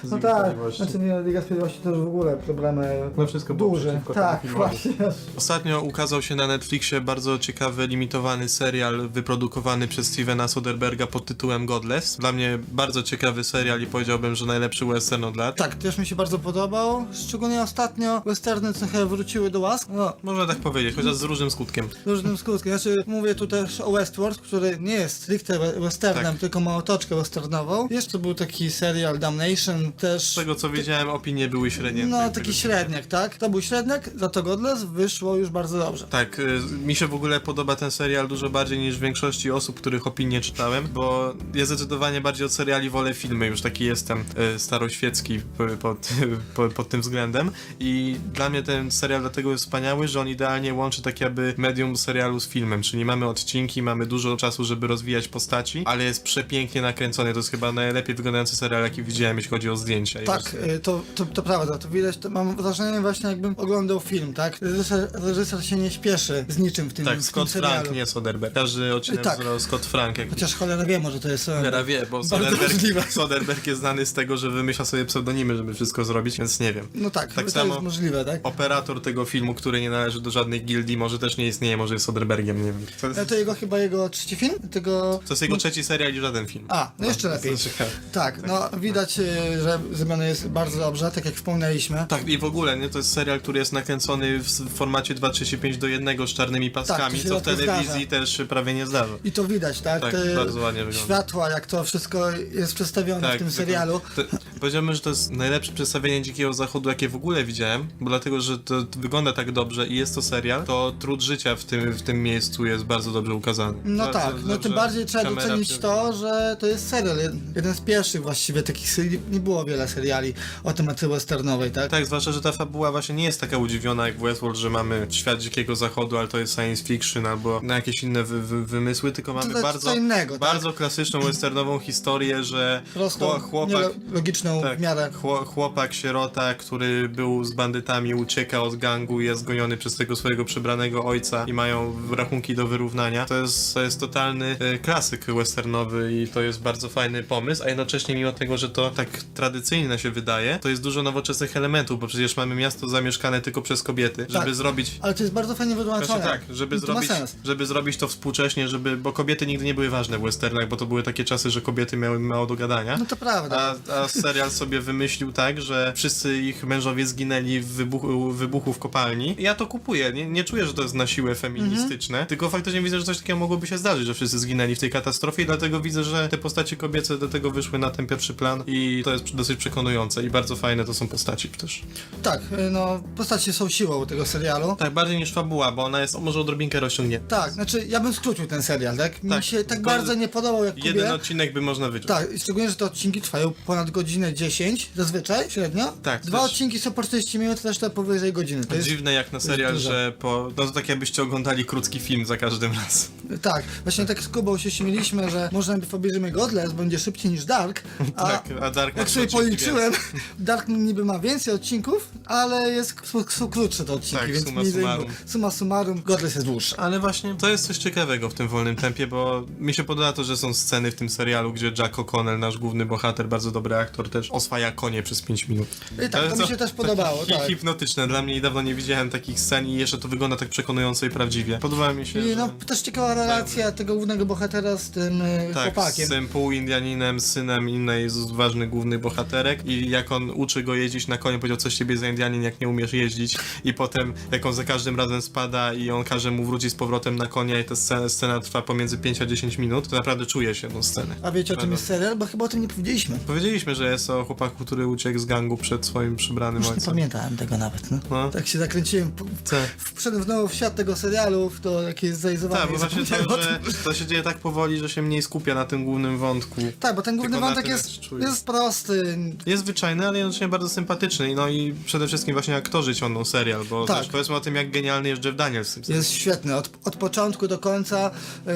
S3: Z
S1: No
S3: ich
S1: tak,
S3: możliwości.
S1: znaczy nie, Liga Sprawiedliwości to już w ogóle problemy
S3: No wszystko było
S1: duże.
S3: przeciwko temu
S1: Tak,
S3: filmowi.
S1: właśnie.
S2: Ostatnio ukazał się na Netflixie bardzo ciekawy, limitowany serial wyprodukowany przez Stevena Soderberga pod tytułem Godless. Dla mnie bardzo ciekawy serial i powiedziałbym, że najlepszy western od lat.
S1: Tak, też mi się bardzo podobał, szczególnie ostatnio westerny trochę wróciły do łask. No,
S2: Można tak powiedzieć, chociaż z różnym skutkiem.
S1: różnym skutkiem. Znaczy, mówię tu też o Westworld, który nie jest stricte we- westernem,
S2: Tak.
S1: tylko ma otoczkę westernową. Jeszcze był taki serial Damnation,
S2: Z
S1: też...
S2: tego co wiedziałem, opinie były średnie.
S1: No, taki średniak, tak? To był średniak, za to Godless wyszło już bardzo dobrze.
S2: Tak, y, mi się w ogóle podoba ten serial dużo bardziej niż większości osób, których opinie czytałem, bo ja zdecydowanie bardziej od seriali wolę filmy, już taki jestem y, staroświecki p- pod, po- pod tym względem i dla mnie ten serial dlatego jest wspaniały, że on idealnie łączy tak jakby medium serialu z filmem, czyli mamy odcinki, mamy dużo czasu, żeby rozwijać postaci, ale jest przepięknie nakręcony, to jest chyba najlepiej wyglądający serial, jaki widziałem, jeśli chodzi o zdjęcia. i
S4: Tak,
S2: właśnie-
S4: y, to, to, to prawda, to widać, to mam wrażenie właśnie jakbym oglądał film, tak? Reżyser, reżyser się nie śpieszy z niczym w tym, w
S2: Tak,
S4: tym
S2: Scott
S4: serialu.
S2: Frank, nie Soderbergh. Każdy odcinek
S4: Y, tak.
S2: tak. Scott Frank, jak
S4: Chociaż cholera wie, może to jest... e,
S2: Cholera wie, bo
S4: możliwe.
S2: Soderberg, Soderberg jest znany z tego, że wymyśla sobie pseudonimy, żeby wszystko zrobić, więc nie wiem.
S4: No tak,
S2: Tak
S4: to
S2: samo-
S4: jest możliwe, tak?
S2: Operator tego filmu, który nie należy do żadnej gildii, może też nie istnieje, może jest Soderbergiem, nie wiem. To
S4: No
S2: jest,
S4: to jego chyba jego trzeci film? Tego...
S2: to jest jego trzeci serial i żaden film.
S4: A, no jeszcze lepiej.
S2: To ciekawe.
S4: Tak, no widać, y, że zmiany jest bardzo dobrze, tak jak wspomnieliśmy.
S2: Tak, i w ogóle, nie? To jest serial, który jest nakręcony w s- formacie 2,35 do 1 z czarnymi paskami,
S4: Tak, się
S2: co w
S4: rzadko
S2: telewizji
S4: zdarza.
S2: też prawie nie zdarza.
S4: I to widać, tak?
S2: Tak,
S4: Te
S2: bardzo ładnie wygląda. Tak,
S4: Światła, jak to wszystko jest przedstawione w tym
S2: tylko
S4: serialu.
S2: To, powiedziałbym, że to jest najlepsze przedstawienie Dzikiego Zachodu, jakie w ogóle widziałem, bo dlatego, że to wygląda tak dobrze i jest to serial, to trud życia w tym, w tym miejscu jest bardzo dobrze ukazany.
S4: No
S2: bardzo,
S4: tak, no
S2: dobrze
S4: tym bardziej trzeba
S2: kamera
S4: docenić
S2: przy-
S4: to, że to jest serial, jed- jeden z pierwszych właściwie takich seriali, nie było wiele seriali o tematyce westernowej, tak?
S2: Tak, zwłaszcza, że ta fabuła właśnie nie jest taka udziwiona jak w Westworld, że mamy świat Dzikiego Zachodu, ale to jest science fiction albo na jakieś inne wy, wy, wymysły, tylko mamy
S4: to
S2: bardzo,
S4: co innego, tak?
S2: bardzo klasyczną westernową historię, że
S4: Prostą,
S2: chło- chłopak...
S4: nielo- logiczną
S2: Tak,
S4: w miarę.
S2: chło- chłopak, sierota, który był z bandytami, ucieka od gangu i jest goniony przez tego swojego przebranego ojca i mają rachunki do wyrównania. To jest, to jest totalny e, klasyk westernowy i to jest bardzo fajny pomysł, a jednocześnie mimo tego, że to tak tradycyjne się wydaje, to jest dużo nowoczesnych elementów, bo przecież mamy miasto zamieszkane tylko przez kobiety, żeby
S4: Tak.
S2: zrobić...
S4: Ale to jest bardzo fajnie
S2: Znaczy
S4: wytłumaczone.
S2: tak, żeby
S4: to
S2: zrobić,
S4: ma sens.
S2: żeby zrobić to współcześnie, żeby, bo kobiety nigdy nie były ważne w westernach, bo to były takie czasy, że kobiety miały mało do gadania.
S4: No to prawda.
S2: A, a serial sobie wymyślił tak, że wszyscy ich mężowie zginęli w wybuchu, wybuchu w kopalni. Ja to kupuję, nie, nie czuję, że to jest na siłę feministyczne,
S1: Mhm.
S2: tylko faktycznie widzę, że coś takiego mogłoby się zdarzyć, że wszyscy zginęli w tej katastrofie i dlatego widzę, że te postacie kobiece do tego wyszły na ten pierwszy plan i to jest dosyć przekonujące i bardzo fajne to są postaci też.
S4: Tak, y,
S1: e,
S4: no postacie są siłą tego serialu.
S2: Tak, bardziej niż fabuła, bo ona jest może odrobinkę rozciągnięta.
S4: Tak, znaczy ja bym skrócił ten serial, tak? Mi
S2: Tak,
S4: się tak
S2: to
S4: bardzo nie podobał jak
S2: Jeden
S4: Kubie.
S2: odcinek by można wyciąć.
S1: Tak,
S4: Tak, i szczególnie, że te odcinki trwają ponad godzinę,
S1: godziny 10 zazwyczaj, średnio.
S2: Tak,
S1: Dwa
S2: też-
S1: odcinki są po 40 minut, reszta powyżej godziny. To jest,
S2: Dziwne jak na serial,
S1: dużo.
S2: że po... No to tak jakbyście oglądali krótki film za każdym razem.
S1: tak, właśnie tak z Kubą się śmieliśmy, że może najpierw obierzemy Godless, będzie szybciej niż Dark, a
S2: tak, a Dark ma
S1: jak
S2: trzy
S1: sobie
S2: odcinki
S1: policzyłem, Dark niby ma więcej odcinków, ale jest, są, są krótsze te odcinki,
S2: Tak,
S1: więc
S2: summa
S1: mniej-
S2: summarum.
S1: summa summarum Godless jest dłuższy.
S2: Ale właśnie to jest coś ciekawego w tym wolnym tempie, bo mi się podoba to, że są sceny w tym serialu, gdzie Jack O'Connell, nasz główny bohater, bardzo dobry aktor, też oswaja konie przez 5 minut.
S1: I tak, to mi
S2: są
S1: się też podobało,
S2: takie hi-
S1: tak.
S2: Hipnotyczne, dla mnie dawno nie widziałem takich scen i jeszcze to wygląda tak przekonująco i prawdziwie. Podoba mi się,
S1: I
S2: że...
S1: no, też ciekawa relacja tego głównego bohatera z tym e,
S2: Tak,
S1: chłopakiem.
S2: z tym półindianinem, synem innej z ważnych głównych bohaterek i jak on uczy go jeździć na koniu, powiedział coś ciebie za Indianin, jak nie umiesz jeździć i potem jak on za każdym razem spada i on każe mu wrócić z powrotem na konia i ta scena, scena trwa pomiędzy 5 a 10 minut, to naprawdę czuje się tą scenę.
S1: A wiecie o tym jest serial? Bo chyba o tym nie powiedzieliśmy.
S2: Powiedzieliśmy, że jest o chłopaku, który uciekł z gangu przed swoim przybranym
S1: Już nie
S2: ojcem.
S1: pamiętałem tego nawet, no.
S2: No.
S1: Tak się zakręciłem, p-
S2: Tak.
S1: wszedłem znowu w świat tego serialu, w to jakieś zaizowanie.
S2: Tak, bo właśnie to, że to się dzieje tak powoli, że się mniej skupia na tym głównym wątku.
S1: Tak, bo ten główny
S2: Tylko na
S1: wątek
S2: tyle
S1: jest,
S2: się czuję.
S1: jest prosty.
S2: Jest zwyczajny, ale jednocześnie bardzo sympatyczny. No i przede wszystkim właśnie aktorzy ciągną serial, bo
S1: Tak.
S2: też powiedzmy o tym, jak genialny jest Jeff Daniels w tym serialu.
S1: Jest świetny, od, od początku do końca. Yy,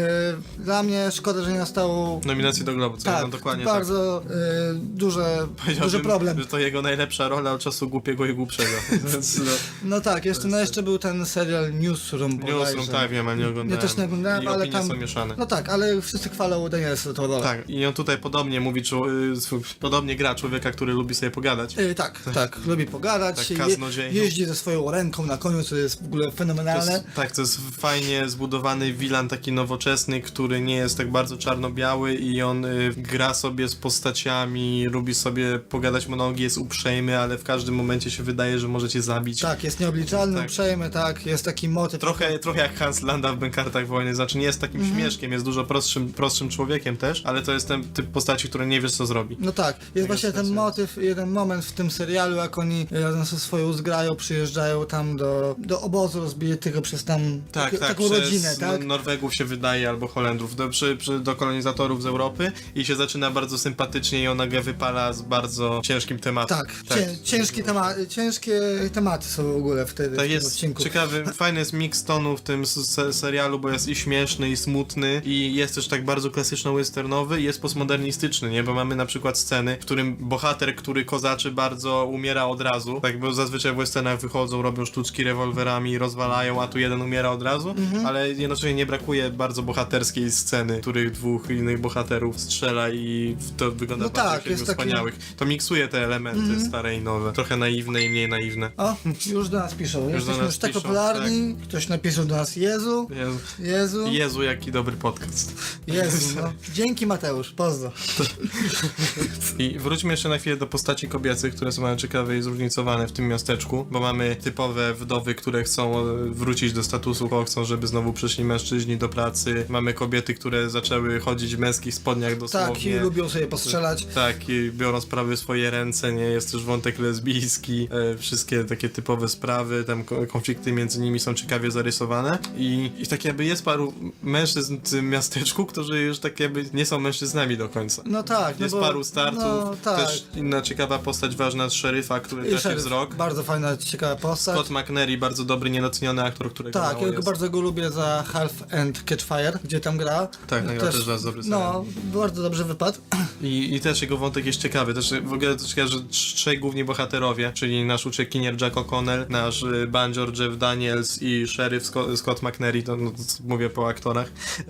S1: dla mnie szkoda, że nie nastało...
S2: Nominacji do Globu, co
S1: tak,
S2: no dokładnie tak.
S1: bardzo yy, duże, duży
S2: Powiedziałbym,
S1: problem.
S2: Że to jego najlepsza rola od czasu głupiego i głupszego. Więc no,
S1: No tak, jeszcze, no, jeszcze był ten serial Newsroom
S2: Newsroom,
S1: bodajże.
S2: tak, wiem, ale nie
S1: Ja
S2: oglądałem.
S1: też nie oglądałem,
S2: I
S1: ale
S2: opinie
S1: tam...
S2: są mieszane.
S1: No tak, ale wszyscy chwalą Danielsa tą rolę.
S2: Tak, i on tutaj podobnie mówi, czu, y, swój- podobnie gra człowieka, który lubi sobie pogadać.
S1: Y, tak, tak, lubi pogadać,
S2: Tak,
S1: je,
S2: kaznodzieja.
S1: jeździ ze swoją ręką na koniu, co jest w ogóle
S2: To jest,
S1: fenomenalne.
S2: Tak, to jest fajnie zbudowany wilan, taki nowoczesny, który nie jest tak bardzo czarno-biały i on y, gra sobie z postaciami, lubi sobie pogadać monologi, jest uprzejmy, ale w każdym momencie się wydaje, że możecie zabić.
S1: Tak, jest nieobliczalny,
S2: Tak.
S1: uprzejmy, tak, jest taki motyw.
S2: Trochę, trochę jak Hans Landa w Bękartach Wojny, znaczy nie jest takim śmieszkiem, jest dużo prostszym, prostszym człowiekiem też, ale to jest ten typ postaci, który nie wiesz co zrobi.
S1: No tak, jest właśnie ten
S2: sensu.
S1: motyw, jeden moment w tym serialu, jak oni razem ze swoją zgrają przyjeżdżają tam do, do obozu rozbitego przez tam
S2: Tak,
S1: taki-
S2: tak,
S1: taką
S2: przez
S1: rodzinę, tak?
S2: N- Norwegów się wydaje albo Holendrów, do, przy, przy, do kolonizatorów z Europy i się zaczyna bardzo sympatycznie i ona wypala z bardzo ciężkim tematem.
S1: Tak, Cię, ciężkie, tematy, ciężkie tematy są w ogóle wtedy
S2: To
S1: w tym
S2: jest
S1: odcinku.
S2: ciekawy, fajny jest miks tonu w tym s- se serialu, bo jest i śmieszny, i smutny, i jest też tak bardzo klasyczno-westernowy, i jest postmodernistyczny, nie? Bo mamy na przykład sceny, w którym bohater, który kozaczy bardzo, umiera od razu. Tak, bo zazwyczaj w westernach wychodzą, robią sztuczki rewolwerami, rozwalają, a tu jeden umiera od razu,
S1: Mhm.
S2: ale jednocześnie nie brakuje bardzo bohaterskiej sceny, w których dwóch innych bohaterów strzela i to wygląda
S1: No
S2: bardzo
S1: tak,
S2: tak,
S1: jest taki- Mhm.
S2: wspaniałych. To miksuje te elementy stare i nowe. Trochę naiwne i mniej naiwne.
S1: O, już do nas piszą, jesteśmy
S2: nas
S1: już tak
S2: piszą,
S1: popularni, ktoś napisał do nas Jezu,
S2: Jezu.
S1: Jezu,
S2: Jezu, jaki dobry podcast.
S1: Jezu, no. Dzięki Mateusz, pozdro.
S2: I wróćmy jeszcze na chwilę do postaci kobiecych, które są bardzo ciekawe i zróżnicowane w tym miasteczku, bo mamy typowe wdowy, które chcą e, wrócić do statusu, bo chcą, żeby znowu przyszli mężczyźni do pracy. Mamy kobiety, które zaczęły chodzić w męskich spodniach dosłownie.
S1: Tak, i lubią sobie postrzelać.
S2: Tak, i biorą sprawy w swoje ręce, nie jest też wątek lesbijski, e, wszystkie takie typowe sprawy, tam ko- konflikty między nimi są ciekawie zarysowane i, i tak jakby jest paru mężczyzn w tym miasteczku, którzy już tak jakby nie są mężczyznami do końca.
S1: No tak,
S2: Jest
S1: no bo,
S2: paru starców,
S1: No tak.
S2: też inna ciekawa postać ważna z szeryfa, który
S1: I
S2: traci
S1: szeryf,
S2: wzrok.
S1: Bardzo fajna, ciekawa postać.
S2: Scott McNary, bardzo dobry, niedoceniony aktor, którego
S1: tak,
S2: mało
S1: ja go
S2: jest.
S1: bardzo go lubię za Half and Catchfire, gdzie tam gra.
S2: Tak, no ja też bardzo dobry
S1: No, bardzo dobrze wypadł.
S2: I, I też jego wątek jest ciekawy. Też w ogóle to ciekawe, że trz- trzej główni bohaterowie, czyli nasz uciekinier Jack O'Connell, nasz y, bandzior Jeff Daniels i szeryf Sco- Scott McNary, to, no, to c- mówię po aktorach, y,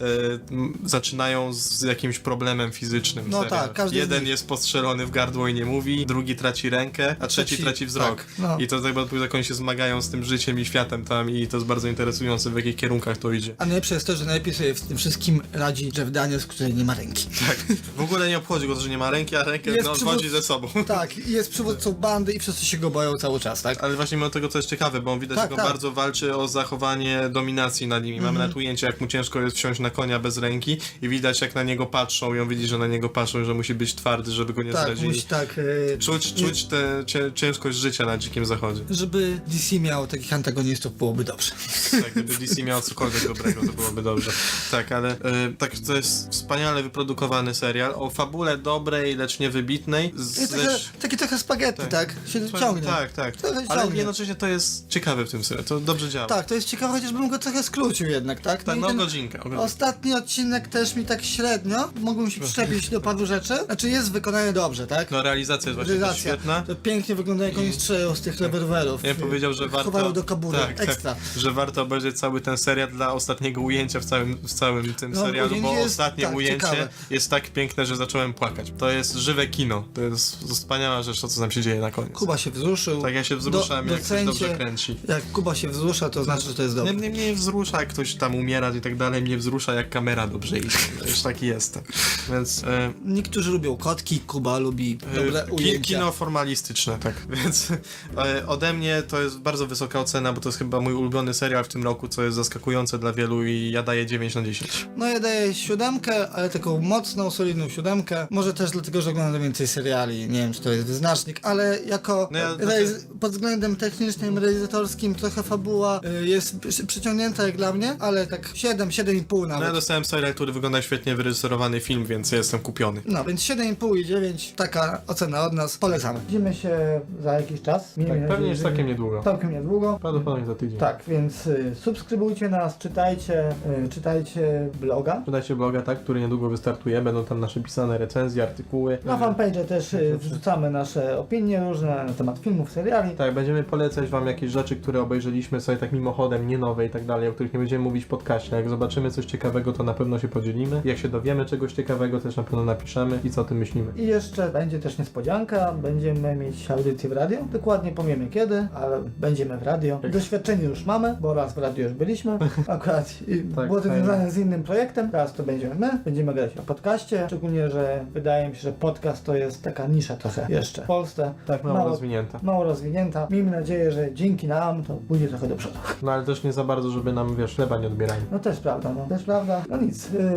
S2: m, zaczynają z jakimś problemem fizycznym. w
S1: No
S2: serialu.
S1: tak, każdy z
S2: Jeden
S1: nich.
S2: jest postrzelony w gardło i nie mówi, drugi traci rękę, a trzeci
S1: Trzeci-
S2: traci wzrok.
S1: tak, no.
S2: I to tak naprawdę jak oni się zmagają z tym życiem i światem tam i to jest bardzo interesujące, w jakich kierunkach to idzie.
S1: A najlepsze jest to, że najlepiej sobie w tym wszystkim radzi Jeff Daniels, który nie ma ręki.
S2: Tak. W ogóle nie obchodzi go to, że nie ma ręki, a rękę
S1: Jest
S2: no,
S1: przywód-
S2: wodzi ze sobą.
S1: Tak, i jest przywódcą bandy i przez to się go boją cały czas, tak?
S2: Ale właśnie mimo tego, co jest ciekawe, bo on widać,
S1: Tak, Mhm.
S2: jak on
S1: tak.
S2: bardzo walczy o zachowanie dominacji nad nimi. Mamy nawet ujęcie, jak mu ciężko jest wsiąść na konia bez ręki i widać, jak na niego patrzą i on widzi, że na niego patrzą i że musi być twardy, żeby go nie
S1: Tak,
S2: zdradzili.
S1: musi tak... e,
S2: Czuć, czuć tę cię, ciężkość życia na Dzikim Zachodzie.
S1: Żeby DC miał takich antagonistów, byłoby dobrze.
S2: Tak, gdyby DC miał cokolwiek dobrego, to byłoby dobrze. Tak, ale e, tak, to jest wspaniale wyprodukowany serial o fabule dobrej, lecz niewybitnej, ambitnej. Z,
S1: Jest trochę, taki trochę spaghetti,
S2: Tak.
S1: tak? Się
S2: trochę-
S1: ciągnie.
S2: Tak, tak.
S1: Trochę
S2: Ale
S1: ciągnie.
S2: jednocześnie to jest ciekawe w tym sensie, to dobrze działa.
S1: Tak, to jest ciekawe, chociażbym go trochę skrócił jednak, tak?
S2: Tak,
S1: i
S2: no
S1: ten
S2: godzinkę. godzinkę.
S1: Ostatni odcinek też mi tak średnio, mogłem się przyczepić do paru rzeczy. Znaczy jest wykonany dobrze, tak?
S2: No realizacja jest właśnie też
S1: Realizacja.
S2: świetna.
S1: To pięknie wygląda jak oni strzelają z tych rewolwerów.
S2: Ja bym powiedział, że warto. tak,
S1: Chowają do kabury. Ekstra.
S2: że warto obejrzeć cały ten serial dla ostatniego ujęcia w całym, w całym tym
S1: No,
S2: serialu, bo
S1: ujęcie jest-
S2: ostatnie
S1: tak,
S2: ujęcie
S1: ciekawe.
S2: jest tak piękne, że zacząłem płakać. To jest żywe kino. To jest wspaniała rzecz, to co nam się dzieje na koniec.
S1: Kuba się wzruszył.
S2: Tak ja się wzruszam,
S1: Do-
S2: jak ktoś
S1: docencie-
S2: dobrze kręci.
S1: Jak Kuba się wzrusza, to znaczy, że to jest dobre.
S2: Mnie, mnie, mnie wzrusza, jak ktoś tam umiera i tak dalej, mnie wzrusza, jak kamera dobrze idzie. No, Już taki jestem. Więc e,
S1: Niektórzy lubią kotki, Kuba lubi dobre
S2: Yy, Ki-
S1: ujęcia.
S2: Kino formalistyczne, tak. Więc e, ode mnie to jest bardzo wysoka ocena, bo to jest chyba mój ulubiony serial w tym roku, co jest zaskakujące dla wielu i ja daję 9 na 10.
S1: No ja daję siódemkę, ale taką mocną, solidną siódemkę. Może też dlatego, że oglądam więcej seriali. Nie wiem, czy to jest wyznacznik, ale jako
S2: No ja-
S1: realiz- pod względem technicznym, realizatorskim trochę fabuła y, jest przy- przyciągnięta jak dla mnie, ale tak 7, 7,5
S2: No ja
S1: nawet.
S2: dostałem serial, który wygląda świetnie, wyreżyserowany film, więc ja jestem kupiony.
S1: No, więc 7,5 i 9, taka ocena od nas, polecamy.
S5: Widzimy się za jakiś czas. Miejmy
S6: Tak,
S5: nadzieję,
S6: pewnie już
S5: że-
S6: całkiem niedługo.
S5: Całkiem niedługo.
S6: Prawdopodobnie za tydzień.
S5: Tak, więc y, subskrybujcie nas, czytajcie, y, czytajcie bloga.
S6: Podajcie bloga, tak, który niedługo wystartuje, będą tam nasze pisane recenzje, artykuły.
S5: Na fanpage też y, wrzucamy nasze opinie różne na temat filmów, seriali.
S6: Tak, będziemy polecać wam jakieś rzeczy, które obejrzeliśmy sobie tak mimochodem, nie nowe i tak dalej, o których nie będziemy mówić w podcaście. Jak zobaczymy coś ciekawego, to na pewno się podzielimy. Jak się dowiemy czegoś ciekawego, też na pewno napiszemy i co o tym myślimy.
S5: I jeszcze będzie też niespodzianka, będziemy mieć audycję w radio. Dokładnie powiemy kiedy, ale będziemy w radio.
S6: Tak.
S5: Doświadczenie już mamy, bo raz w radio już byliśmy. Akurat i
S6: Tak,
S5: było to
S6: fajnie.
S5: związane z innym projektem. Teraz to będziemy my, będziemy grać o podcaście. Szczególnie, że wydaje mi się, że podcast to jest taka nisza trochę jeszcze w Polsce.
S6: Tak, mało,
S5: Mało-
S6: rozwinięta.
S5: Mało rozwinięta. Miejmy nadzieję, że dzięki nam to pójdzie trochę do przodu.
S6: No ale też nie za bardzo, żeby nam, wiesz, chleba nie odbierali.
S5: No też prawda, no też prawda. No nic, y,